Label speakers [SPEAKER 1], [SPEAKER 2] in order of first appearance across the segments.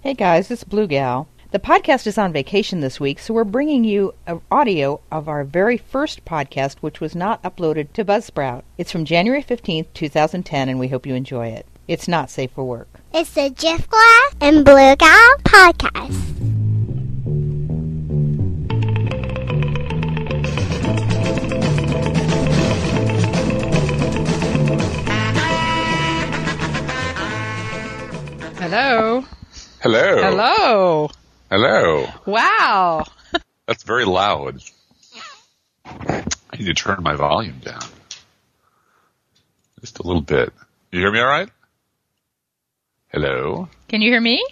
[SPEAKER 1] Hey guys, it's Blue Gal. The podcast is on vacation this week, so we're bringing you a audio of our very first podcast, which was not uploaded to Buzzsprout. It's from January 15th, 2010, and we hope you enjoy it. It's not safe for work.
[SPEAKER 2] It's the Jeff Glass and Blue Gal podcast.
[SPEAKER 3] Hello.
[SPEAKER 4] Hello.
[SPEAKER 3] Hello.
[SPEAKER 4] Hello.
[SPEAKER 3] Wow.
[SPEAKER 4] That's very loud. I need to turn my volume down. Just a little bit. You hear me all right? Hello?
[SPEAKER 3] Can you hear me?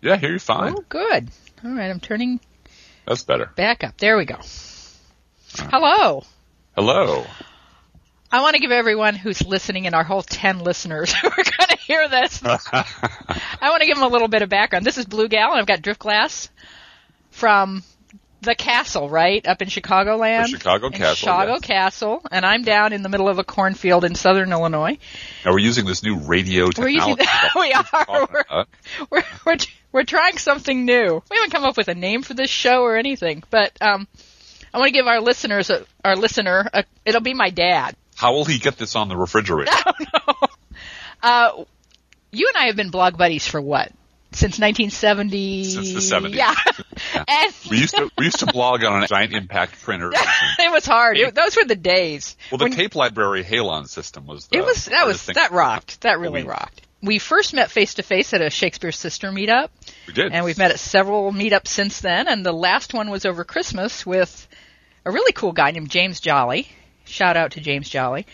[SPEAKER 4] Yeah, I hear you fine.
[SPEAKER 3] Oh, good. All right, I'm turning
[SPEAKER 4] That's better.
[SPEAKER 3] back up. There we go. Hello.
[SPEAKER 4] Hello.
[SPEAKER 3] I want to give everyone who's listening and our whole 10 listeners who are going to hear this, I want to give them a little bit of background. This is Blue Gal, and I've got Drift Glass from the castle, right? Up in Chicagoland.
[SPEAKER 4] The Chicago
[SPEAKER 3] Um, in
[SPEAKER 4] Castle,
[SPEAKER 3] Chicago
[SPEAKER 4] yes.
[SPEAKER 3] Castle. And I'm down in the middle of a cornfield in southern Illinois.
[SPEAKER 4] Now we're using this new radio
[SPEAKER 3] We're
[SPEAKER 4] technology.
[SPEAKER 3] using we are. We're,
[SPEAKER 4] Uh,
[SPEAKER 3] we're, we're, we're trying something new. We haven't come up with a name for this show or anything, but um, I want to give our listeners, a, our listener, a, it'll be my dad.
[SPEAKER 4] How will he get this on the refrigerator?
[SPEAKER 3] Uh, you and I have been blog buddies for what? Since 1970.
[SPEAKER 4] Since the 70s.
[SPEAKER 3] Yeah. and
[SPEAKER 4] we used to we used to blog on a giant impact printer.
[SPEAKER 3] it was hard. It- those were the days.
[SPEAKER 4] Well, the
[SPEAKER 3] when-
[SPEAKER 4] tape library Halon system was the
[SPEAKER 3] it was that was
[SPEAKER 4] hardest thing.
[SPEAKER 3] that rocked. That really
[SPEAKER 4] We-
[SPEAKER 3] rocked. We first met face to face at a Shakespeare sister meetup.
[SPEAKER 4] We did.
[SPEAKER 3] and we've met at several meetups since then. And the last one was over Christmas with a really cool guy named James Jolly. Shout out to James Jolly,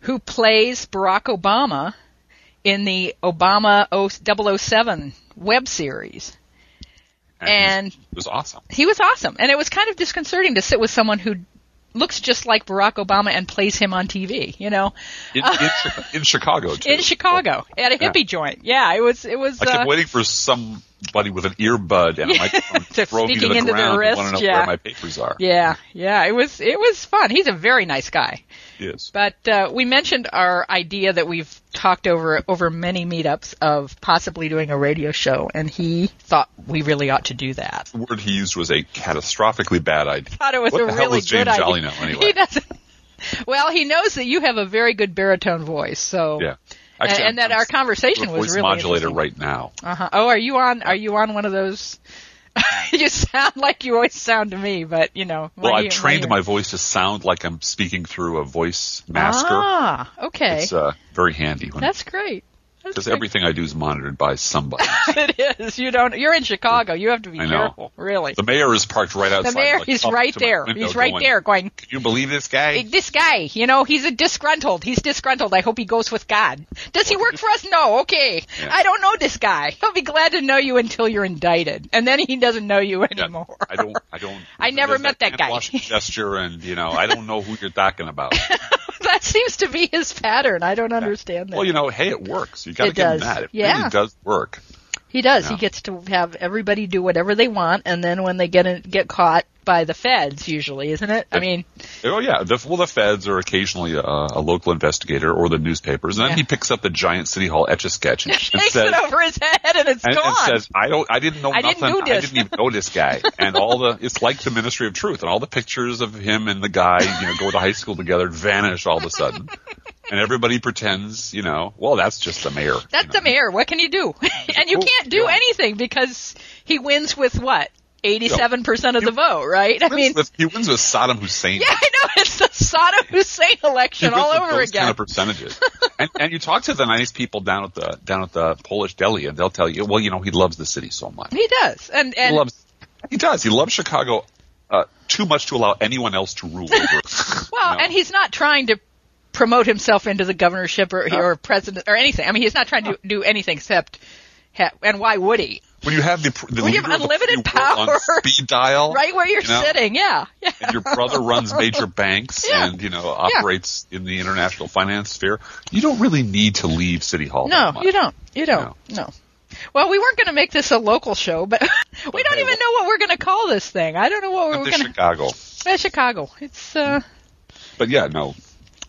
[SPEAKER 3] who plays Barack Obama in the Obama oh-, 007 web series.
[SPEAKER 4] and
[SPEAKER 3] And
[SPEAKER 4] it was awesome.
[SPEAKER 3] he was awesome. And it was kind of disconcerting to sit with someone who looks just like Barack Obama and plays him on TV, you know,
[SPEAKER 4] In, in, Chi- in Chicago. Too.
[SPEAKER 3] in Chicago at a hippie joint. Yeah, it was, it was,
[SPEAKER 4] I
[SPEAKER 3] uh,
[SPEAKER 4] kept waiting for somebody with an earbud and a microphone to throw me to
[SPEAKER 3] sneaking
[SPEAKER 4] the
[SPEAKER 3] into their
[SPEAKER 4] ground
[SPEAKER 3] wrist,
[SPEAKER 4] and want to know
[SPEAKER 3] yeah.
[SPEAKER 4] where my papers are.
[SPEAKER 3] yeah, yeah, it was, it was fun. He's a very nice guy.
[SPEAKER 4] Yes.
[SPEAKER 3] But uh, we mentioned our idea that we've talked over over many meetups of possibly doing a radio show, and he thought we really ought to do that.
[SPEAKER 4] The word he used was a catastrophically bad idea.
[SPEAKER 3] Thought it was
[SPEAKER 4] what
[SPEAKER 3] a
[SPEAKER 4] the
[SPEAKER 3] really
[SPEAKER 4] hell is James
[SPEAKER 3] good
[SPEAKER 4] Jolly
[SPEAKER 3] idea.
[SPEAKER 4] now anyway?
[SPEAKER 3] He doesn't. Well, he knows that you have a very good baritone voice, so
[SPEAKER 4] yeah.
[SPEAKER 3] and-
[SPEAKER 4] Actually,
[SPEAKER 3] and,
[SPEAKER 4] I'm-
[SPEAKER 3] that
[SPEAKER 4] I'm
[SPEAKER 3] our
[SPEAKER 4] s-
[SPEAKER 3] conversation
[SPEAKER 4] a
[SPEAKER 3] was
[SPEAKER 4] voice
[SPEAKER 3] really
[SPEAKER 4] modulator
[SPEAKER 3] interesting.
[SPEAKER 4] right now.
[SPEAKER 3] Uh-huh. Oh, are you on? Are you on one of those? you sound like you always sound to me, but you know. my
[SPEAKER 4] Well, I've
[SPEAKER 3] ear-
[SPEAKER 4] trained
[SPEAKER 3] ear.
[SPEAKER 4] my voice to sound like I'm speaking through a voice masker.
[SPEAKER 3] Ah, okay,
[SPEAKER 4] It's uh, very handy when
[SPEAKER 3] that's great. That's
[SPEAKER 4] because
[SPEAKER 3] great.
[SPEAKER 4] everything I do is monitored by somebody.
[SPEAKER 3] it is. You don't. You're in Chicago. You have to be
[SPEAKER 4] I know.
[SPEAKER 3] careful. Really.
[SPEAKER 4] the mayor is parked right outside.
[SPEAKER 3] The mayor.
[SPEAKER 4] like,
[SPEAKER 3] He's
[SPEAKER 4] up
[SPEAKER 3] right
[SPEAKER 4] to my
[SPEAKER 3] there.
[SPEAKER 4] window
[SPEAKER 3] He's right
[SPEAKER 4] going,
[SPEAKER 3] there. Going.
[SPEAKER 4] Can you believe this guy?
[SPEAKER 3] This guy, you know, he's a disgruntled. He's disgruntled. I hope he goes with God. Does he work for us? No. Okay.
[SPEAKER 4] Yeah.
[SPEAKER 3] I don't know this guy. He'll be glad to know you until you're indicted, and then he doesn't know you
[SPEAKER 4] Yeah,
[SPEAKER 3] anymore.
[SPEAKER 4] I don't. I don't.
[SPEAKER 3] I never
[SPEAKER 4] there's
[SPEAKER 3] met that
[SPEAKER 4] hand
[SPEAKER 3] guy.
[SPEAKER 4] wash gesture, and you know, I don't know who you're talking about.
[SPEAKER 3] that seems to be his pattern. I don't understand that.
[SPEAKER 4] well, you know, hey, it works. You got to
[SPEAKER 3] It
[SPEAKER 4] give him
[SPEAKER 3] does.
[SPEAKER 4] that. It
[SPEAKER 3] Yeah.
[SPEAKER 4] really does work.
[SPEAKER 3] He does. He
[SPEAKER 4] Yeah.
[SPEAKER 3] gets to have everybody do whatever they want, and then when they get in, get caught by the feds, usually, isn't it? I
[SPEAKER 4] Yeah.
[SPEAKER 3] mean,
[SPEAKER 4] Oh yeah. The, well, the feds are occasionally a, a local investigator or the newspapers, and then
[SPEAKER 3] Yeah.
[SPEAKER 4] he picks up the giant city hall etch a sketch and
[SPEAKER 3] shakes
[SPEAKER 4] says.
[SPEAKER 3] it over his head, and it's
[SPEAKER 4] And,
[SPEAKER 3] gone.
[SPEAKER 4] and says, "I don't. I didn't know
[SPEAKER 3] I didn't
[SPEAKER 4] nothing.
[SPEAKER 3] do
[SPEAKER 4] I
[SPEAKER 3] this."
[SPEAKER 4] didn't even know this guy." And all the it's like the Ministry of Truth, and all the pictures of him and the guy, you know, go to high school together, vanish all of a sudden, and everybody pretends, you know, well, that's just the mayor.
[SPEAKER 3] That's
[SPEAKER 4] you know.
[SPEAKER 3] the mayor. What can you do? and you
[SPEAKER 4] Oh,
[SPEAKER 3] can't do
[SPEAKER 4] yeah.
[SPEAKER 3] anything because he wins with what? 87% of the vote, right? I
[SPEAKER 4] He wins
[SPEAKER 3] mean,
[SPEAKER 4] with- he wins with Saddam Hussein.
[SPEAKER 3] yeah, I know. It's the Saddam Hussein
[SPEAKER 4] He
[SPEAKER 3] election
[SPEAKER 4] wins
[SPEAKER 3] all
[SPEAKER 4] with
[SPEAKER 3] over
[SPEAKER 4] those Kind
[SPEAKER 3] again.
[SPEAKER 4] of percentages. and, and you talk to the nice people down at the down at the Polish deli, and they'll tell you, well, you know, he loves the city so much.
[SPEAKER 3] He does. And,
[SPEAKER 4] He
[SPEAKER 3] and
[SPEAKER 4] loves. He does. He loves Chicago uh, too much to allow anyone else to rule over.
[SPEAKER 3] well,
[SPEAKER 4] No.
[SPEAKER 3] and he's not trying to promote himself into the governorship or, or president or anything. I mean, he's not trying to do anything except, ha- and why would he?
[SPEAKER 4] when you have the, pr- the
[SPEAKER 3] When you
[SPEAKER 4] leader
[SPEAKER 3] have
[SPEAKER 4] of the free
[SPEAKER 3] unlimited
[SPEAKER 4] world
[SPEAKER 3] power.
[SPEAKER 4] on speed dial,
[SPEAKER 3] Right where you're
[SPEAKER 4] you know,
[SPEAKER 3] sitting. Yeah. Yeah.
[SPEAKER 4] and your brother runs major banks
[SPEAKER 3] Yeah.
[SPEAKER 4] and you know operates in the international finance sphere, you don't really need to leave City Hall.
[SPEAKER 3] No,
[SPEAKER 4] that much.
[SPEAKER 3] you don't. You don't. No. Well, we weren't going to make this a local show, but we don't
[SPEAKER 4] hey,
[SPEAKER 3] even know what we're going to call this thing. I don't know what
[SPEAKER 4] Not
[SPEAKER 3] we're
[SPEAKER 4] this
[SPEAKER 3] going to.
[SPEAKER 4] Chicago.
[SPEAKER 3] Uh, Chicago. It's uh,
[SPEAKER 4] But yeah, no.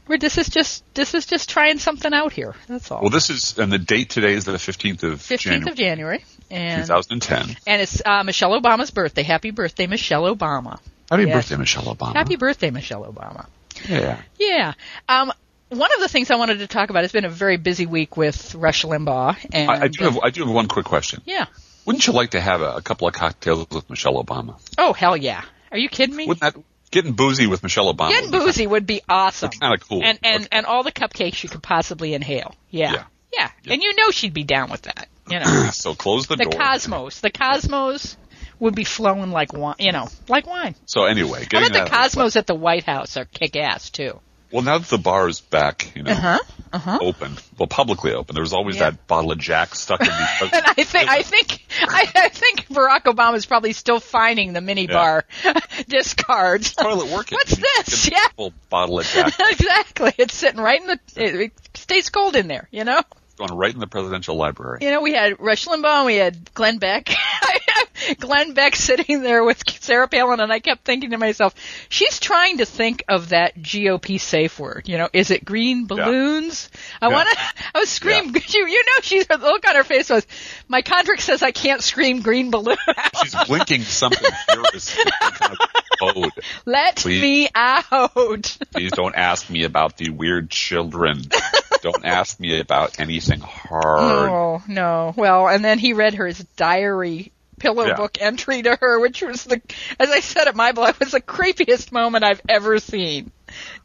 [SPEAKER 3] We're, this is just this is just trying something out here. That's all.
[SPEAKER 4] Well, this is, and the date today is the 15th of
[SPEAKER 3] 15th
[SPEAKER 4] January,
[SPEAKER 3] of January, and
[SPEAKER 4] 2010.
[SPEAKER 3] and it's uh, Michelle Obama's birthday. Happy birthday, Michelle Obama.
[SPEAKER 4] Happy
[SPEAKER 3] Yes.
[SPEAKER 4] birthday, Michelle Obama.
[SPEAKER 3] Happy birthday, Michelle Obama.
[SPEAKER 4] yeah.
[SPEAKER 3] Yeah. Um, one of the things I wanted to talk about has been a very busy week with Rush Limbaugh. And uh,
[SPEAKER 4] I, I do have I do have one quick question.
[SPEAKER 3] Yeah.
[SPEAKER 4] Wouldn't you like to have a, a couple of cocktails with Michelle Obama?
[SPEAKER 3] Oh hell yeah! Are you kidding me?
[SPEAKER 4] Wouldn't that getting boozy with Michelle Obama?
[SPEAKER 3] Getting
[SPEAKER 4] would be
[SPEAKER 3] boozy would be awesome.
[SPEAKER 4] Kinda cool.
[SPEAKER 3] And and
[SPEAKER 4] Okay.
[SPEAKER 3] and all the cupcakes you could possibly inhale. Yeah.
[SPEAKER 4] Yeah.
[SPEAKER 3] Yeah. And you know she'd be down with that. You know.
[SPEAKER 4] fun. So close the,
[SPEAKER 3] the
[SPEAKER 4] door.
[SPEAKER 3] cosmos. The cosmos would be flowing like wine, you know, like wine.
[SPEAKER 4] So anyway,
[SPEAKER 3] How
[SPEAKER 4] getting
[SPEAKER 3] about the
[SPEAKER 4] that out of way.
[SPEAKER 3] cosmos at the White House are kick ass too?
[SPEAKER 4] Well, now that the bar is back, you know, open, well, publicly open. There was always
[SPEAKER 3] Uh-huh. Yeah.
[SPEAKER 4] that bottle of Jack stuck in the.
[SPEAKER 3] And I think I think I, I think Barack Obama's probably still finding the mini bar discards.
[SPEAKER 4] toilet working.
[SPEAKER 3] What's this? Yeah.
[SPEAKER 4] Full bottle of Jack
[SPEAKER 3] exactly, it's sitting right in the. It, it stays cold in there, you know.
[SPEAKER 4] going right in the presidential library.
[SPEAKER 3] You know, we had Rush Limbaugh, and we had Glenn Beck. Glenn Beck sitting there with Sarah Palin, and I kept thinking to myself, she's trying to think of that GOP safe word. You know, is it green balloons? I
[SPEAKER 4] Yeah.
[SPEAKER 3] want to. I was scream. You, you know, she's the look on her face was, my contract says I can't scream green balloon.
[SPEAKER 4] She's blinking something furiously. Kind of code.
[SPEAKER 3] Let
[SPEAKER 4] Please.
[SPEAKER 3] me out.
[SPEAKER 4] Please don't ask me about the weird children. Don't ask me about anything hard.
[SPEAKER 3] Oh no. Well, and then he read her his diary pillow
[SPEAKER 4] Yeah.
[SPEAKER 3] book entry to her, which was the, as I said at my blog, was the creepiest moment I've ever seen.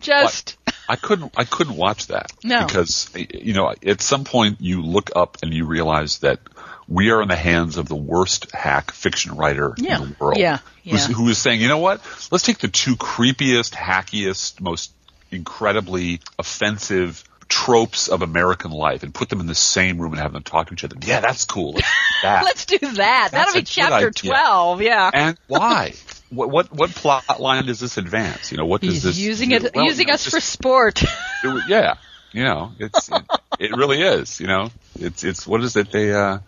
[SPEAKER 3] Just
[SPEAKER 4] I couldn't. I couldn't watch that.
[SPEAKER 3] No.
[SPEAKER 4] because you know, at some point you look up and you realize that we are in the hands of the worst hack fiction writer
[SPEAKER 3] Yeah.
[SPEAKER 4] in the world.
[SPEAKER 3] Yeah.
[SPEAKER 4] Who's,
[SPEAKER 3] Yeah.
[SPEAKER 4] who is saying, you know what? Let's take the two creepiest, hackiest, most incredibly offensive tropes of American life and put them in the same room and have them talk to each other. Yeah, that's cool. Let's do that.
[SPEAKER 3] let's do that. That'll
[SPEAKER 4] a
[SPEAKER 3] be
[SPEAKER 4] good
[SPEAKER 3] chapter
[SPEAKER 4] idea.
[SPEAKER 3] twelve. Yeah.
[SPEAKER 4] and why? What, what what plot line does this advance? You know, what does
[SPEAKER 3] He's
[SPEAKER 4] this
[SPEAKER 3] using
[SPEAKER 4] do?
[SPEAKER 3] it,
[SPEAKER 4] Well, you
[SPEAKER 3] using
[SPEAKER 4] know,
[SPEAKER 3] us
[SPEAKER 4] just-
[SPEAKER 3] for sport.
[SPEAKER 4] it w- yeah, you know, it's it, it really is. You know, it's it's what is it? They uh,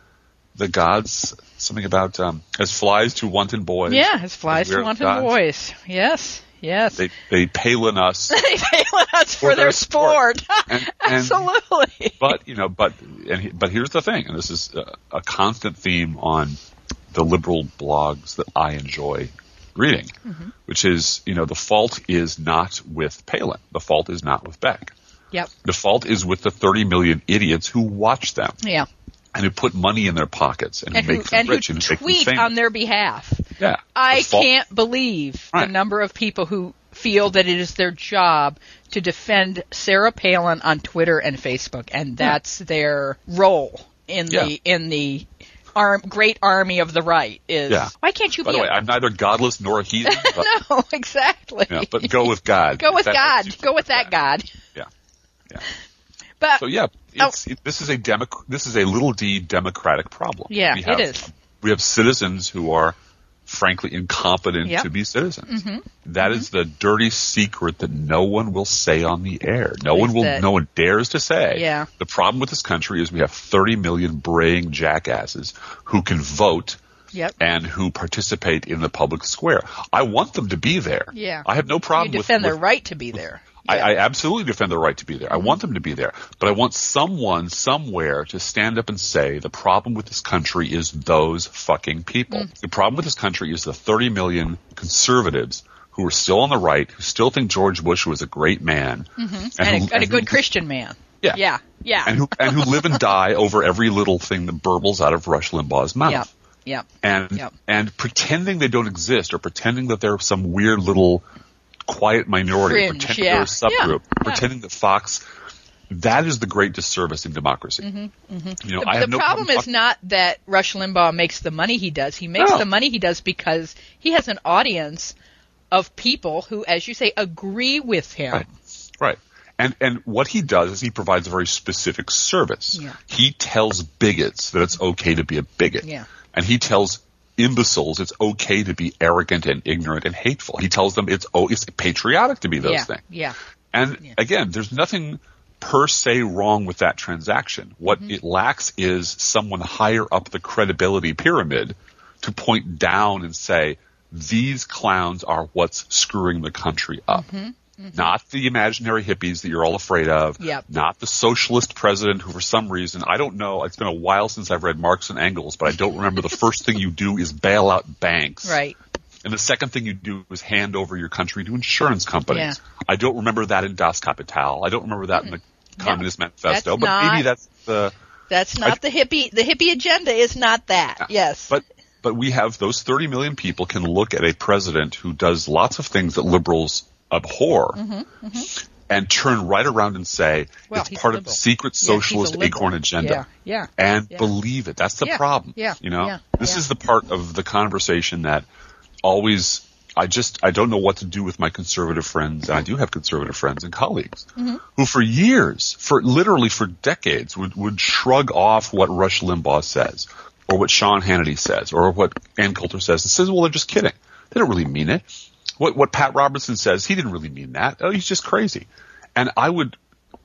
[SPEAKER 4] the gods something about um, as flies to wanton boys.
[SPEAKER 3] yeah, his flies to
[SPEAKER 4] We're
[SPEAKER 3] wanton
[SPEAKER 4] gods.
[SPEAKER 3] boys. Yes, yes.
[SPEAKER 4] They they palen us,
[SPEAKER 3] They fail us for,
[SPEAKER 4] their
[SPEAKER 3] their sport.
[SPEAKER 4] and, and
[SPEAKER 3] Absolutely.
[SPEAKER 4] but you know, but and he- but here's the thing, and this is a, a constant theme on the liberal blogs that I enjoy reading,
[SPEAKER 3] Mm-hmm.
[SPEAKER 4] which is you know the fault is not with Palin, the fault is not with Beck,
[SPEAKER 3] Yep.
[SPEAKER 4] the fault is with the 30 million idiots who watch them.
[SPEAKER 3] Yeah.
[SPEAKER 4] and who put money in their pockets and,
[SPEAKER 3] And
[SPEAKER 4] who
[SPEAKER 3] who,
[SPEAKER 4] make them
[SPEAKER 3] and who
[SPEAKER 4] rich and who make
[SPEAKER 3] tweet
[SPEAKER 4] them famous.
[SPEAKER 3] on their behalf.
[SPEAKER 4] yeah.
[SPEAKER 3] I
[SPEAKER 4] The fault-
[SPEAKER 3] can't believe
[SPEAKER 4] Right.
[SPEAKER 3] the number of people who feel that it is their job to defend Sarah Palin on Twitter and Facebook, and that's their role in
[SPEAKER 4] Yeah.
[SPEAKER 3] the in the arm, great army of the right. Is
[SPEAKER 4] Yeah.
[SPEAKER 3] why can't you
[SPEAKER 4] By
[SPEAKER 3] be?
[SPEAKER 4] the way,
[SPEAKER 3] a-
[SPEAKER 4] I'm neither godless nor a heathen, but,
[SPEAKER 3] no, exactly.
[SPEAKER 4] you know, but go with God.
[SPEAKER 3] Go with
[SPEAKER 4] That-
[SPEAKER 3] God. Go with that God.
[SPEAKER 4] Yeah. Yeah.
[SPEAKER 3] But
[SPEAKER 4] So yeah,
[SPEAKER 3] Oh.
[SPEAKER 4] it's, it, this is a demo, this is a little d democratic problem.
[SPEAKER 3] Yeah,
[SPEAKER 4] We
[SPEAKER 3] it
[SPEAKER 4] have-
[SPEAKER 3] is.
[SPEAKER 4] We have citizens who are frankly incompetent
[SPEAKER 3] Yep. Mm-hmm.
[SPEAKER 4] to be citizens. That is the dirty secret that no one will say on the air. No one will
[SPEAKER 3] that-
[SPEAKER 4] no one dares to say.
[SPEAKER 3] Yeah.
[SPEAKER 4] The problem with this country is we have 30 million braying jackasses who can vote
[SPEAKER 3] yep.
[SPEAKER 4] and who participate in the public square. I want them to be there.
[SPEAKER 3] Yeah.
[SPEAKER 4] I have no
[SPEAKER 3] you
[SPEAKER 4] problem with,
[SPEAKER 3] defend
[SPEAKER 4] with-
[SPEAKER 3] their right to be there.
[SPEAKER 4] I, I absolutely defend their right to be there. I want them to be there. But I want someone somewhere to stand up and say the problem with this country is those fucking people. The problem with this country is the 30 million conservatives who are still on the right, who still think George Bush was a great man.
[SPEAKER 3] and,
[SPEAKER 4] who-
[SPEAKER 3] a, and a good
[SPEAKER 4] who-
[SPEAKER 3] Christian man.
[SPEAKER 4] Yeah.
[SPEAKER 3] Yeah. Yeah.
[SPEAKER 4] And who, and who live and die over every little thing that burbles out of Rush Limbaugh's mouth
[SPEAKER 3] Yep. Yep.
[SPEAKER 4] and
[SPEAKER 3] Yep.
[SPEAKER 4] and pretending they don't exist or pretending that they're some weird little quiet minority,
[SPEAKER 3] Fringe,
[SPEAKER 4] pretending
[SPEAKER 3] yeah.
[SPEAKER 4] they're a subgroup,
[SPEAKER 3] Yeah, yeah.
[SPEAKER 4] pretending that Fox. That is the great disservice in democracy. You know,
[SPEAKER 3] Mm-hmm. The,
[SPEAKER 4] I have no
[SPEAKER 3] the problem is
[SPEAKER 4] talking-
[SPEAKER 3] not that Rush Limbaugh makes the money he does. He makes
[SPEAKER 4] No.
[SPEAKER 3] the money he does because he has an audience of people who, as you say, agree with him.
[SPEAKER 4] Right. Right. And and what he does is he provides a very specific service.
[SPEAKER 3] Yeah.
[SPEAKER 4] He tells bigots that it's okay to be a bigot.
[SPEAKER 3] Yeah.
[SPEAKER 4] And he tells imbeciles it's okay to be arrogant and ignorant and hateful. He tells them it's oh it's patriotic to be those
[SPEAKER 3] yeah.
[SPEAKER 4] things.
[SPEAKER 3] Yeah.
[SPEAKER 4] And again, there's nothing per se wrong with that transaction. What
[SPEAKER 3] Mm-hmm.
[SPEAKER 4] it lacks is someone higher up the credibility pyramid to
[SPEAKER 3] Mm-hmm.
[SPEAKER 4] point down and say, these clowns are what's screwing the country up. Not the imaginary hippies that you're all afraid of.
[SPEAKER 3] Yep.
[SPEAKER 4] Not the socialist president who, for some reason, I don't know. It's been a while since I've read Marx and Engels, but I don't remember the first thing you do is bail out banks.
[SPEAKER 3] Right.
[SPEAKER 4] And the second thing you do is hand over your country to insurance companies.
[SPEAKER 3] Yeah. Mm.
[SPEAKER 4] I don't remember that in Das Kapital. I don't remember that in the Communist Manifesto,
[SPEAKER 3] That's
[SPEAKER 4] but
[SPEAKER 3] not-
[SPEAKER 4] maybe that's the.
[SPEAKER 3] That's not the hippie. The hippie agenda is not that. Yes.
[SPEAKER 4] But but we have those 30 million people can look at a president who does lots of things that liberals abhor. And turn right around and say
[SPEAKER 3] Mm-hmm, Well,
[SPEAKER 4] it's
[SPEAKER 3] he's
[SPEAKER 4] part
[SPEAKER 3] a
[SPEAKER 4] of the
[SPEAKER 3] liberal.
[SPEAKER 4] secret
[SPEAKER 3] Yeah, he's a
[SPEAKER 4] socialist
[SPEAKER 3] liberal.
[SPEAKER 4] acorn agenda,
[SPEAKER 3] Yeah, yeah,
[SPEAKER 4] and
[SPEAKER 3] yeah.
[SPEAKER 4] believe it. That's the
[SPEAKER 3] Yeah,
[SPEAKER 4] problem.
[SPEAKER 3] yeah,
[SPEAKER 4] you know,
[SPEAKER 3] yeah,
[SPEAKER 4] this
[SPEAKER 3] yeah.
[SPEAKER 4] is the part of the conversation that always I just I don't know what to do with my conservative friends, and I do have conservative friends and colleagues
[SPEAKER 3] Mm-hmm.
[SPEAKER 4] who, for years, for literally for decades, would would shrug off what Rush Limbaugh says, or what Sean Hannity says, or what Ann Coulter says, and says, "Well, they're just kidding. They don't really mean it." What what Pat Robertson says, he didn't really mean that. Oh, he's just crazy. And I would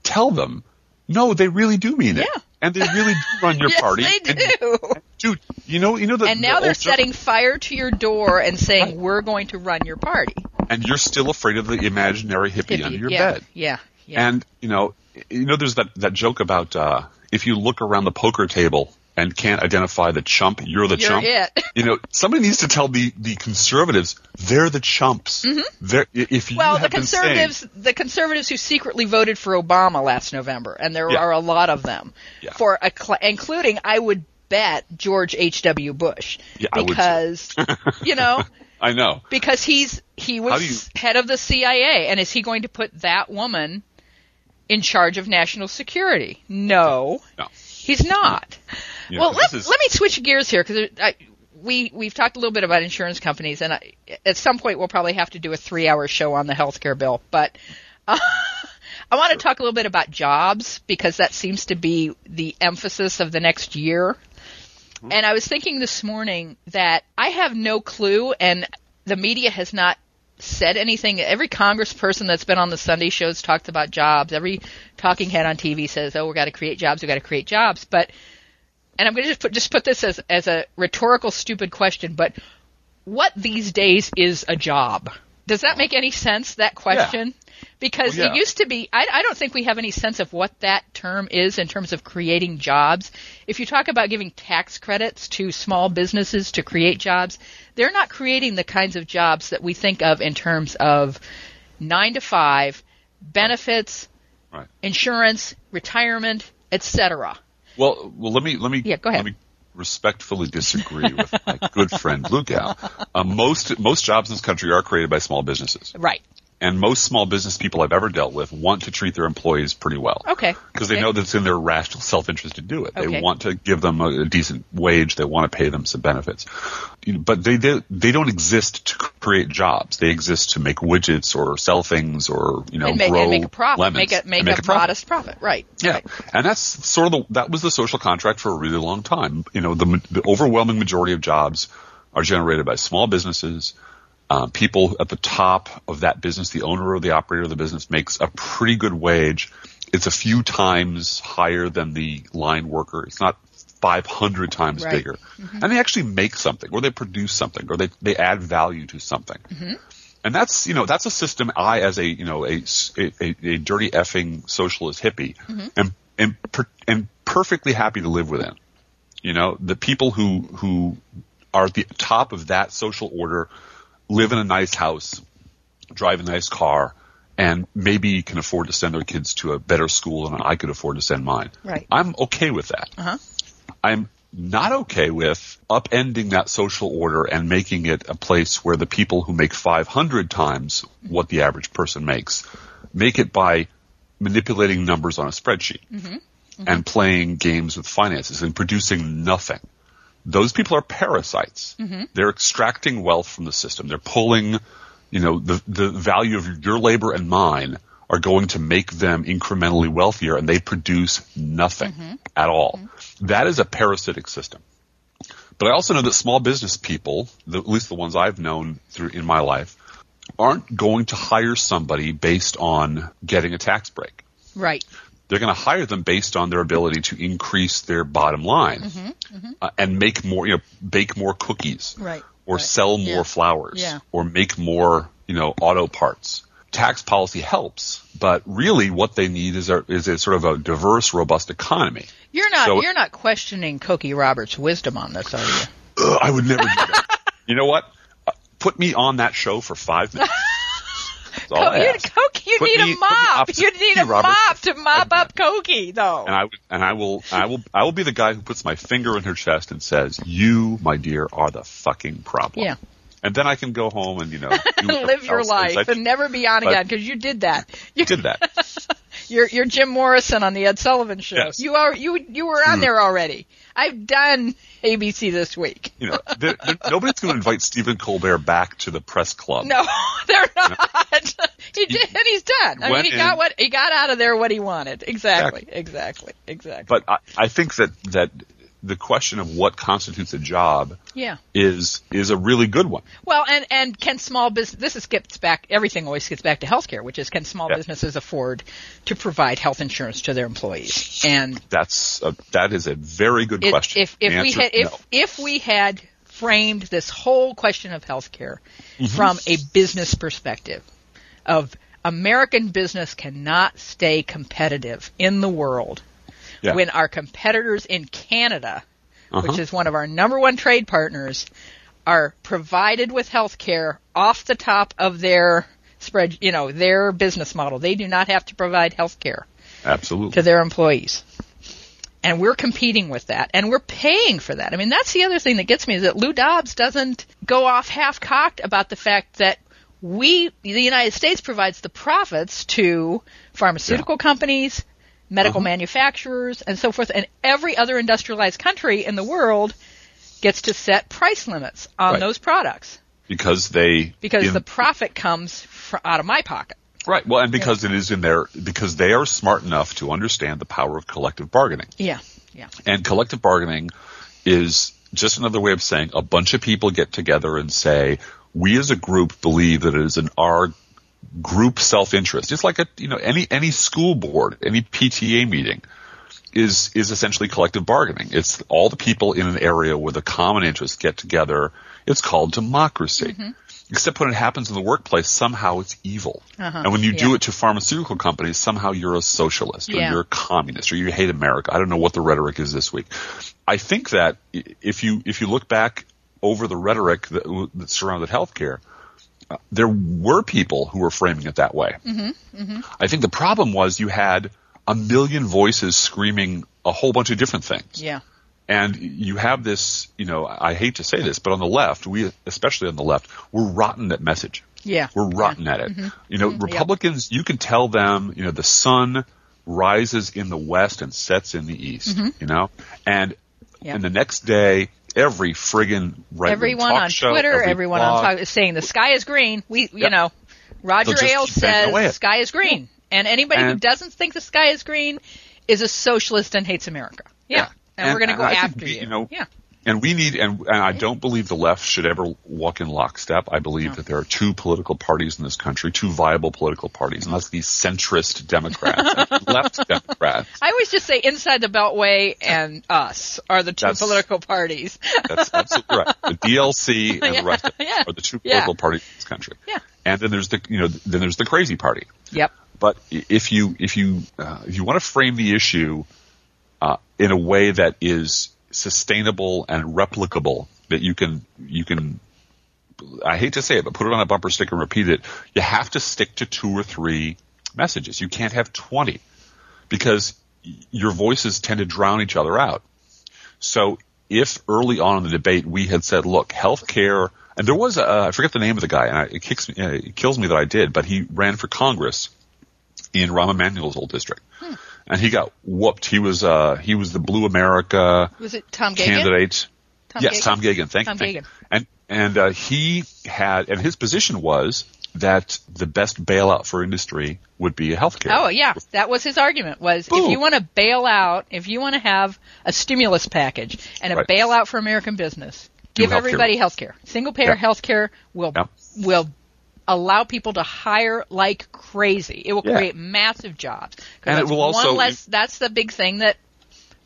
[SPEAKER 4] tell them, no, they really do mean it,
[SPEAKER 3] Yeah.
[SPEAKER 4] and they really do run your
[SPEAKER 3] yes,
[SPEAKER 4] party.
[SPEAKER 3] they
[SPEAKER 4] and-
[SPEAKER 3] do.
[SPEAKER 4] dude, you know, you know the,
[SPEAKER 3] And now
[SPEAKER 4] the
[SPEAKER 3] they're
[SPEAKER 4] old joke-
[SPEAKER 3] setting fire to your door and saying we're going to run your party.
[SPEAKER 4] and you're still afraid of the imaginary hippie,
[SPEAKER 3] Hippie.
[SPEAKER 4] under your
[SPEAKER 3] yeah,
[SPEAKER 4] bed.
[SPEAKER 3] Yeah. Yeah.
[SPEAKER 4] And you know, you know, there's that that joke about uh, if you look around the poker table and can't identify the chump, you're the
[SPEAKER 3] You're
[SPEAKER 4] chump.
[SPEAKER 3] it.
[SPEAKER 4] You know, somebody needs to tell the the conservatives they're the chumps. They're, i- if you
[SPEAKER 3] Mm-hmm. well, the
[SPEAKER 4] have been saying-
[SPEAKER 3] conservatives, the conservatives who secretly voted for Obama last November, and there
[SPEAKER 4] Yeah.
[SPEAKER 3] are a lot of them,
[SPEAKER 4] Yeah.
[SPEAKER 3] for a cl- including I would bet George H. W. Bush,
[SPEAKER 4] Yeah, I would too.
[SPEAKER 3] because you know
[SPEAKER 4] I know.
[SPEAKER 3] because he's he
[SPEAKER 4] do you-
[SPEAKER 3] was head of the CIA, and is he going to put that woman in charge of national security? No,
[SPEAKER 4] No.
[SPEAKER 3] he's not.
[SPEAKER 4] Yeah,
[SPEAKER 3] well,
[SPEAKER 4] this
[SPEAKER 3] let,
[SPEAKER 4] is-
[SPEAKER 3] let me switch gears here because we we've talked a little bit about insurance companies, and I, at some point we'll probably have to do a three-hour show on the healthcare bill. But uh, I want to talk a little bit about jobs because that seems to be the emphasis of the next year. And I was thinking this morning that I have no clue, and the media has not said anything. Every congressperson that's been on the Sunday shows talked about jobs. Every talking head on TV says, "Oh, we got to create jobs. We got to create jobs." But and I'm going to just put just put this as as a rhetorical stupid question, but what these days is a job? Does that make any sense that question? Because
[SPEAKER 4] Well, yeah.
[SPEAKER 3] it used to be I I don't think we have any sense of what that term is in terms of creating jobs. If you talk about giving tax credits to small businesses to create jobs, they're not creating the kinds of jobs that we think of in terms of 9 to 5 benefits,
[SPEAKER 4] Right.
[SPEAKER 3] insurance, retirement, etc.
[SPEAKER 4] Well, well, let me let me
[SPEAKER 3] Yeah, go ahead.
[SPEAKER 4] Let me respectfully disagree with my good friend Lukow. Uh, most most jobs in this country are created by small businesses,
[SPEAKER 3] Right.
[SPEAKER 4] and most small business people I've ever dealt with want to treat their employees pretty well.
[SPEAKER 3] Okay.
[SPEAKER 4] Because they
[SPEAKER 3] Okay.
[SPEAKER 4] know that it's in their rational self-interest to do it. They
[SPEAKER 3] Okay.
[SPEAKER 4] want to give them a, a decent wage. They want to pay them some benefits. You know, but they, they they don't exist to create jobs. They exist to make widgets or sell things or you know
[SPEAKER 3] and, make,
[SPEAKER 4] grow
[SPEAKER 3] and make a profit,
[SPEAKER 4] lemons
[SPEAKER 3] make a
[SPEAKER 4] and
[SPEAKER 3] make, a,
[SPEAKER 4] profit.
[SPEAKER 3] modest profit, right?
[SPEAKER 4] Yeah,
[SPEAKER 3] Right.
[SPEAKER 4] and that's sort of the, that was the social contract for a really long time. You know, the, ma- the overwhelming majority of jobs are generated by small businesses. Um, people at the top of that business, the owner or the operator of the business, makes a pretty good wage. It's a few times higher than the line worker. It's not 500 times
[SPEAKER 3] Right. Mm-hmm.
[SPEAKER 4] bigger, and they actually make something, or they produce something, or they they add value to something. And that's you know that's a system I as a you know a s- a, a- a dirty effing socialist hippie am am, per, am perfectly happy to live within. You know the people who who are at the top of that social order live in a nice house, drive a nice car, and maybe can afford to send their kids to a better school than I could afford to send mine.
[SPEAKER 3] Right.
[SPEAKER 4] I'm okay with that.
[SPEAKER 3] Uh-huh.
[SPEAKER 4] I'm not okay with upending that social order and making it a place where the people who make 500 times what the average person makes make it by manipulating numbers on a spreadsheet and playing games with finances and producing nothing. Those people are parasites. They're extracting wealth from the system. They're pulling, you know, the, the value of your labor and mine are going to make them incrementally wealthier and they produce nothing at all. That is a parasitic system. But I also know that small business people, the, at least the ones I've known through in my life, aren't going to hire somebody based on getting a tax break
[SPEAKER 3] Right.
[SPEAKER 4] they're going to hire them based on their ability to increase their bottom line uh, and make more, you know, bake more cookies
[SPEAKER 3] Mm-hmm, Right,
[SPEAKER 4] or
[SPEAKER 3] right.
[SPEAKER 4] sell more
[SPEAKER 3] Yeah.
[SPEAKER 4] flowers
[SPEAKER 3] Yeah.
[SPEAKER 4] or make more, you know, auto parts. tax policy helps, but really what they need is a, is a sort of a diverse, robust economy.
[SPEAKER 3] You're not
[SPEAKER 4] So-
[SPEAKER 3] you're not questioning Cokie Roberts' wisdom on this, are you?
[SPEAKER 4] Ugh, I would never do that. you know what? Uh, Put me on that show for five minutes. That's all I
[SPEAKER 3] you
[SPEAKER 4] ask.
[SPEAKER 3] Cokie, you
[SPEAKER 4] Oh, Put me-
[SPEAKER 3] need a
[SPEAKER 4] put me
[SPEAKER 3] mop.
[SPEAKER 4] opposite
[SPEAKER 3] You need a
[SPEAKER 4] Cokie Roberts. uh,
[SPEAKER 3] mop to mop up Cokie, though.
[SPEAKER 4] And I and I will I will I will be the guy who puts my finger in her chest and says, "You, my dear, are the fucking problem."
[SPEAKER 3] Yeah.
[SPEAKER 4] And then I can go home and you know do
[SPEAKER 3] and live your
[SPEAKER 4] whatever else
[SPEAKER 3] life
[SPEAKER 4] it is. I
[SPEAKER 3] and never be on
[SPEAKER 4] but-
[SPEAKER 3] again because you did that. You,
[SPEAKER 4] did that.
[SPEAKER 3] you're you're Jim Morrison on the Ed Sullivan Show.
[SPEAKER 4] Yes. Hmm.
[SPEAKER 3] You are you you were on there already. I've done ABC this week.
[SPEAKER 4] You know, there, there, nobody's going to invite Stephen Colbert back to the press club.
[SPEAKER 3] No, they're not. he did. and he's done. I mean,
[SPEAKER 4] went
[SPEAKER 3] he got
[SPEAKER 4] in-
[SPEAKER 3] what he got out of there what he wanted. Exactly. Exactly. Exactly.
[SPEAKER 4] But I, I think that that the question of what constitutes a job
[SPEAKER 3] yeah.
[SPEAKER 4] is is a really good one.
[SPEAKER 3] Well, and and can small business? This is gets back. Everything always gets back to healthcare, which is can small
[SPEAKER 4] Yeah.
[SPEAKER 3] businesses afford to provide health insurance to their employees? And
[SPEAKER 4] That's a, that is a very good
[SPEAKER 3] it-
[SPEAKER 4] question.
[SPEAKER 3] if if
[SPEAKER 4] The
[SPEAKER 3] we
[SPEAKER 4] answer
[SPEAKER 3] had
[SPEAKER 4] is
[SPEAKER 3] if
[SPEAKER 4] no.
[SPEAKER 3] if we had framed this whole question of healthcare
[SPEAKER 4] Mm-hmm.
[SPEAKER 3] from a business perspective of American business cannot stay competitive in the world
[SPEAKER 4] Yeah.
[SPEAKER 3] when our competitors in Canada, which
[SPEAKER 4] Uh-huh.
[SPEAKER 3] is one of our number one trade partners, are provided with health care off the top of their spread, you know, their business model. They do not have to provide health care
[SPEAKER 4] absolutely
[SPEAKER 3] to their employees. And we're competing with that and we're paying for that. I mean, that's the other thing that gets me is that Lou Dobbs doesn't go off half cocked about the fact that we, the United States provides the profits to pharmaceutical companies, medical manufacturers, and so forth. And every other industrialized country in the world gets to set price limits on
[SPEAKER 4] Right.
[SPEAKER 3] those products
[SPEAKER 4] because they
[SPEAKER 3] because
[SPEAKER 4] in-
[SPEAKER 3] the profit comes fr- out of my pocket.
[SPEAKER 4] right well and because it is in their because they are smart enough to understand the power of collective bargaining
[SPEAKER 3] Yeah. Yeah.
[SPEAKER 4] and collective bargaining is just another way of saying a bunch of people get together and say we as a group believe that it is in our group self-interest it's like a you know any any school board any PTA meeting is is essentially collective bargaining it's all the people in an area with a common interest get together it's called democracy except when it happens in the workplace somehow it's evil and when you do
[SPEAKER 3] Yeah.
[SPEAKER 4] it to pharmaceutical companies somehow you're a socialist or
[SPEAKER 3] Yeah.
[SPEAKER 4] you're a communist or you hate America. I don't know what the rhetoric is this week. I think that i- if you if you look back over the rhetoric that, w- that surrounded healthcare, uh, there were people who were framing it that way. Mm-hmm, I think the problem was you had a million voices screaming a whole bunch of different things.
[SPEAKER 3] Yeah.
[SPEAKER 4] And you have this, you know, I hate to say this, but on the left, we, especially on the left, we're rotten at message.
[SPEAKER 3] Yeah. Mm-hmm.
[SPEAKER 4] We're rotten at it. You know, Republicans, you can tell them, you know, the sun rises in the west and sets in the east, you know? And,
[SPEAKER 3] Mm-hmm. Yeah.
[SPEAKER 4] and the next day, every friggin' right
[SPEAKER 3] everyone on Twitter, everyone on talk, is saying the sky is green. We, you
[SPEAKER 4] Yep.
[SPEAKER 3] know,
[SPEAKER 4] So
[SPEAKER 3] Roger
[SPEAKER 4] just
[SPEAKER 3] Ailes
[SPEAKER 4] keep banging
[SPEAKER 3] says
[SPEAKER 4] away at
[SPEAKER 3] the
[SPEAKER 4] it.
[SPEAKER 3] sky is green, and anybody who
[SPEAKER 4] And-
[SPEAKER 3] doesn't think the sky is green is a socialist and hates America. Yeah,
[SPEAKER 4] Yeah.
[SPEAKER 3] and, we're going
[SPEAKER 4] And-
[SPEAKER 3] to go
[SPEAKER 4] and I think
[SPEAKER 3] after
[SPEAKER 4] we-
[SPEAKER 3] you.
[SPEAKER 4] you know,
[SPEAKER 3] yeah,
[SPEAKER 4] And we need, and, and I don't believe the left should ever walk in lockstep. I believe that there are two political parties in this country, two viable political parties, and that's the centrist Democrats and left Democrats.
[SPEAKER 3] I always just say inside the Beltway and us are the two
[SPEAKER 4] That's-
[SPEAKER 3] political parties.
[SPEAKER 4] That's absolutely right. The DLC and the rest of it
[SPEAKER 3] yeah,
[SPEAKER 4] are the two
[SPEAKER 3] yeah.
[SPEAKER 4] political parties in this country.
[SPEAKER 3] Yeah.
[SPEAKER 4] And then there's the, you know, then there's the crazy party.
[SPEAKER 3] yep.
[SPEAKER 4] But i- if you if you uh, if you want to frame the issue uh, in a way that is sustainable and replicable, that you can you can I hate to say it, but put it on a bumper sticker and repeat it. You have to stick to two or three messages. You can't have twenty because y- your voices tend to drown each other out. So if early on in the debate we had said, look, healthcare, and there was a, uh, I forget the name of the guy, and I, it kicks me, uh, it kills me that I did, but he ran for Congress in Rahm Emanuel's old district, and he got whooped. He was uh, he was the Blue America
[SPEAKER 3] Was it Tom Gagan?
[SPEAKER 4] candidate.
[SPEAKER 3] Tom
[SPEAKER 4] yes,
[SPEAKER 3] Gagin?
[SPEAKER 4] Tom Gagan. Thank
[SPEAKER 3] Tom
[SPEAKER 4] you. thank you.
[SPEAKER 3] Gagin.
[SPEAKER 4] And and uh, he had, and his position was that the best bailout for industry would be healthcare.
[SPEAKER 3] Oh yeah, that was his argument. Was if
[SPEAKER 4] Boom.
[SPEAKER 3] you want to bail out, if you want to have a stimulus package and a
[SPEAKER 4] Right.
[SPEAKER 3] bailout for American business,
[SPEAKER 4] Do
[SPEAKER 3] give
[SPEAKER 4] healthcare.
[SPEAKER 3] everybody health care. Single payer
[SPEAKER 4] Yeah.
[SPEAKER 3] health care will
[SPEAKER 4] Yeah.
[SPEAKER 3] will allow people to hire like crazy. It will
[SPEAKER 4] Yeah.
[SPEAKER 3] create massive jobs. 'Cause
[SPEAKER 4] And it
[SPEAKER 3] that's
[SPEAKER 4] will
[SPEAKER 3] one
[SPEAKER 4] also-
[SPEAKER 3] less- that's the big thing that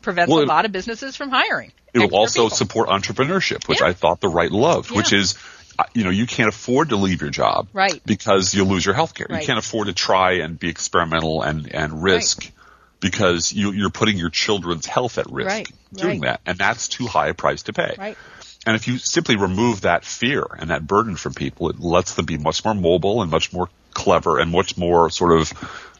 [SPEAKER 3] prevents
[SPEAKER 4] Well,
[SPEAKER 3] a
[SPEAKER 4] it-
[SPEAKER 3] lot of businesses from hiring.
[SPEAKER 4] It will
[SPEAKER 3] extra
[SPEAKER 4] also
[SPEAKER 3] people.
[SPEAKER 4] support entrepreneurship, which
[SPEAKER 3] Yeah.
[SPEAKER 4] I thought the right loved, which
[SPEAKER 3] Yeah.
[SPEAKER 4] is uh, you know, you can't afford to leave your job
[SPEAKER 3] Right.
[SPEAKER 4] because you lose your health care.
[SPEAKER 3] Right.
[SPEAKER 4] You can't afford to try and be experimental and, and risk because you, you're putting your children's health at risk
[SPEAKER 3] Right.
[SPEAKER 4] doing
[SPEAKER 3] Right.
[SPEAKER 4] that. And that's too high a price to pay.
[SPEAKER 3] Right.
[SPEAKER 4] And if you simply remove that fear and that burden from people, it lets them be much more mobile and much more clever and much more sort of,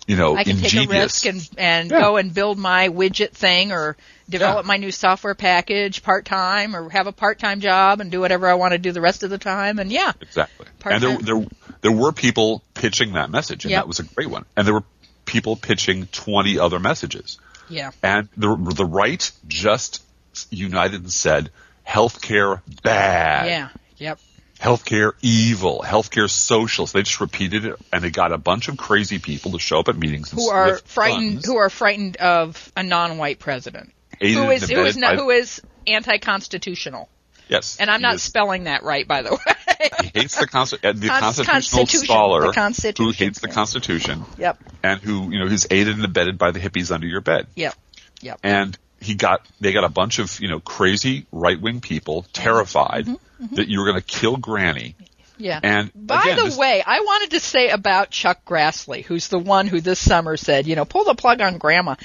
[SPEAKER 4] you know,
[SPEAKER 3] I can
[SPEAKER 4] ingenious.
[SPEAKER 3] take a risk and and
[SPEAKER 4] Yeah.
[SPEAKER 3] go and build my widget thing or develop
[SPEAKER 4] Yeah.
[SPEAKER 3] my new software package part time or have a part time job and do whatever I want to do the rest of the time and yeah
[SPEAKER 4] Exactly.
[SPEAKER 3] Part-time.
[SPEAKER 4] And there, there, there were people pitching that message, and
[SPEAKER 3] Yep.
[SPEAKER 4] that was a great one. And there were people pitching 20 other messages.
[SPEAKER 3] yeah
[SPEAKER 4] And the, the right just united and said, healthcare bad.
[SPEAKER 3] yeah yep
[SPEAKER 4] Healthcare evil. Healthcare socials. They just repeated it, and they got a bunch of crazy people to show up at meetings and
[SPEAKER 3] who are
[SPEAKER 4] sniff
[SPEAKER 3] frightened
[SPEAKER 4] guns,
[SPEAKER 3] who are frightened of a non white president
[SPEAKER 4] aided
[SPEAKER 3] who
[SPEAKER 4] and
[SPEAKER 3] is who is
[SPEAKER 4] abetted
[SPEAKER 3] not,
[SPEAKER 4] by-
[SPEAKER 3] who is anti constitutional
[SPEAKER 4] Yes.
[SPEAKER 3] and I'm
[SPEAKER 4] he
[SPEAKER 3] not
[SPEAKER 4] is-
[SPEAKER 3] spelling that right by the way
[SPEAKER 4] He hates the, consti- uh, the
[SPEAKER 3] Cons-
[SPEAKER 4] constitutional
[SPEAKER 3] Constitution,
[SPEAKER 4] scholar
[SPEAKER 3] the Constitution,
[SPEAKER 4] who hates the
[SPEAKER 3] yeah.
[SPEAKER 4] Constitution
[SPEAKER 3] yep
[SPEAKER 4] and who, you know, who's aided and abetted by the hippies under your bed.
[SPEAKER 3] yep yep
[SPEAKER 4] and he got they got a bunch of you know crazy right wing people terrified
[SPEAKER 3] Mm-hmm.
[SPEAKER 4] that you were going to kill Granny.
[SPEAKER 3] yeah
[SPEAKER 4] And
[SPEAKER 3] By
[SPEAKER 4] again,
[SPEAKER 3] the
[SPEAKER 4] this-
[SPEAKER 3] way, I wanted to say about Chuck Grassley, who's the one who this summer said, you know, pull the plug on grandma.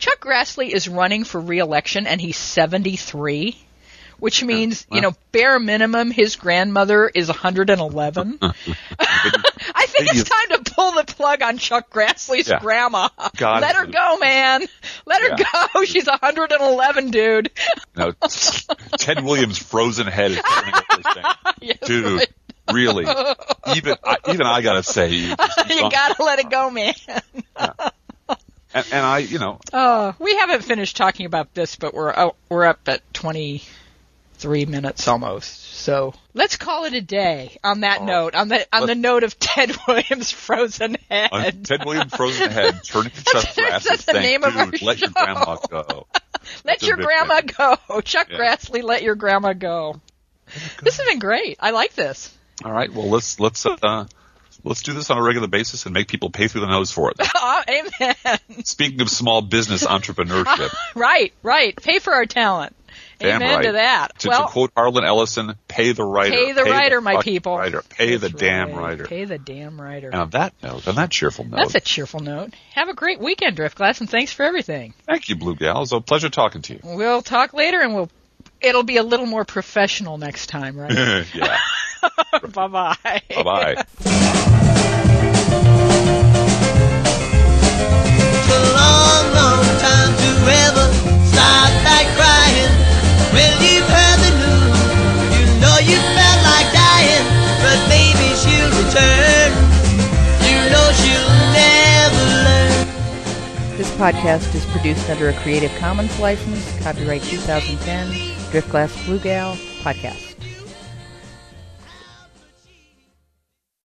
[SPEAKER 3] Chuck Grassley is running for reelection and he's 73, which means, you know, bare minimum his grandmother is 111. I think it's time to pull the plug on Chuck Grassley's
[SPEAKER 4] Yeah.
[SPEAKER 3] grandma.
[SPEAKER 4] God.
[SPEAKER 3] Let her go, man. Let her
[SPEAKER 4] Yeah.
[SPEAKER 3] go. She's 111, dude.
[SPEAKER 4] no, Ted Williams' frozen head is turning over his thing.
[SPEAKER 3] Yes,
[SPEAKER 4] dude.
[SPEAKER 3] right.
[SPEAKER 4] Really, even I, even I gotta say, you
[SPEAKER 3] You gotta let it go, man.
[SPEAKER 4] and, and I, you know,
[SPEAKER 3] Uh, we haven't finished talking about this, but we're oh, we're up at 23 minutes almost. So let's call it a day on
[SPEAKER 4] Oh,
[SPEAKER 3] that note. On the on the note of Ted Williams' frozen
[SPEAKER 4] uh,
[SPEAKER 3] head.
[SPEAKER 4] Ted Williams' frozen head turning to Chuck
[SPEAKER 3] That's-
[SPEAKER 4] Grass
[SPEAKER 3] that's the
[SPEAKER 4] saying,
[SPEAKER 3] name of our
[SPEAKER 4] "Dude, let your
[SPEAKER 3] show."
[SPEAKER 4] grandma go."
[SPEAKER 3] let
[SPEAKER 4] a
[SPEAKER 3] your
[SPEAKER 4] big
[SPEAKER 3] grandma go, Chuck
[SPEAKER 4] Yeah.
[SPEAKER 3] Grassley. Let your grandma go. This has been great. I like this.
[SPEAKER 4] All right, well let's let's uh, let's do this on a regular basis and make people pay through the nose for it.
[SPEAKER 3] Oh, amen.
[SPEAKER 4] Speaking of small business entrepreneurship.
[SPEAKER 3] right, right. Pay for our talent.
[SPEAKER 4] Damn
[SPEAKER 3] amen
[SPEAKER 4] right.
[SPEAKER 3] to that.
[SPEAKER 4] To,
[SPEAKER 3] well,
[SPEAKER 4] to quote Harlan Ellison, pay the writer.
[SPEAKER 3] pay the writer, my
[SPEAKER 4] fucking
[SPEAKER 3] people.
[SPEAKER 4] Writer. Pay the
[SPEAKER 3] That's
[SPEAKER 4] damn
[SPEAKER 3] right.
[SPEAKER 4] writer. Um,
[SPEAKER 3] Pay the damn writer.
[SPEAKER 4] And on that note, on that cheerful note,
[SPEAKER 3] That's a cheerful note. Have a great weekend, Driftglass, and thanks for everything.
[SPEAKER 4] thank you, Blue Gal. It's a pleasure talking to you.
[SPEAKER 3] We'll talk later, and we'll it'll be a little more professional next time, right?
[SPEAKER 4] yeah.
[SPEAKER 3] bye bye.
[SPEAKER 4] Bye bye.
[SPEAKER 5] took a long, long time to ever stop that crying. When you've heard the news, you know you felt like dying. But baby, she'll return. You know she'll never learn.
[SPEAKER 1] This podcast is produced under a Creative Commons license, copyright 2010, Driftglass Blue Gal Podcast.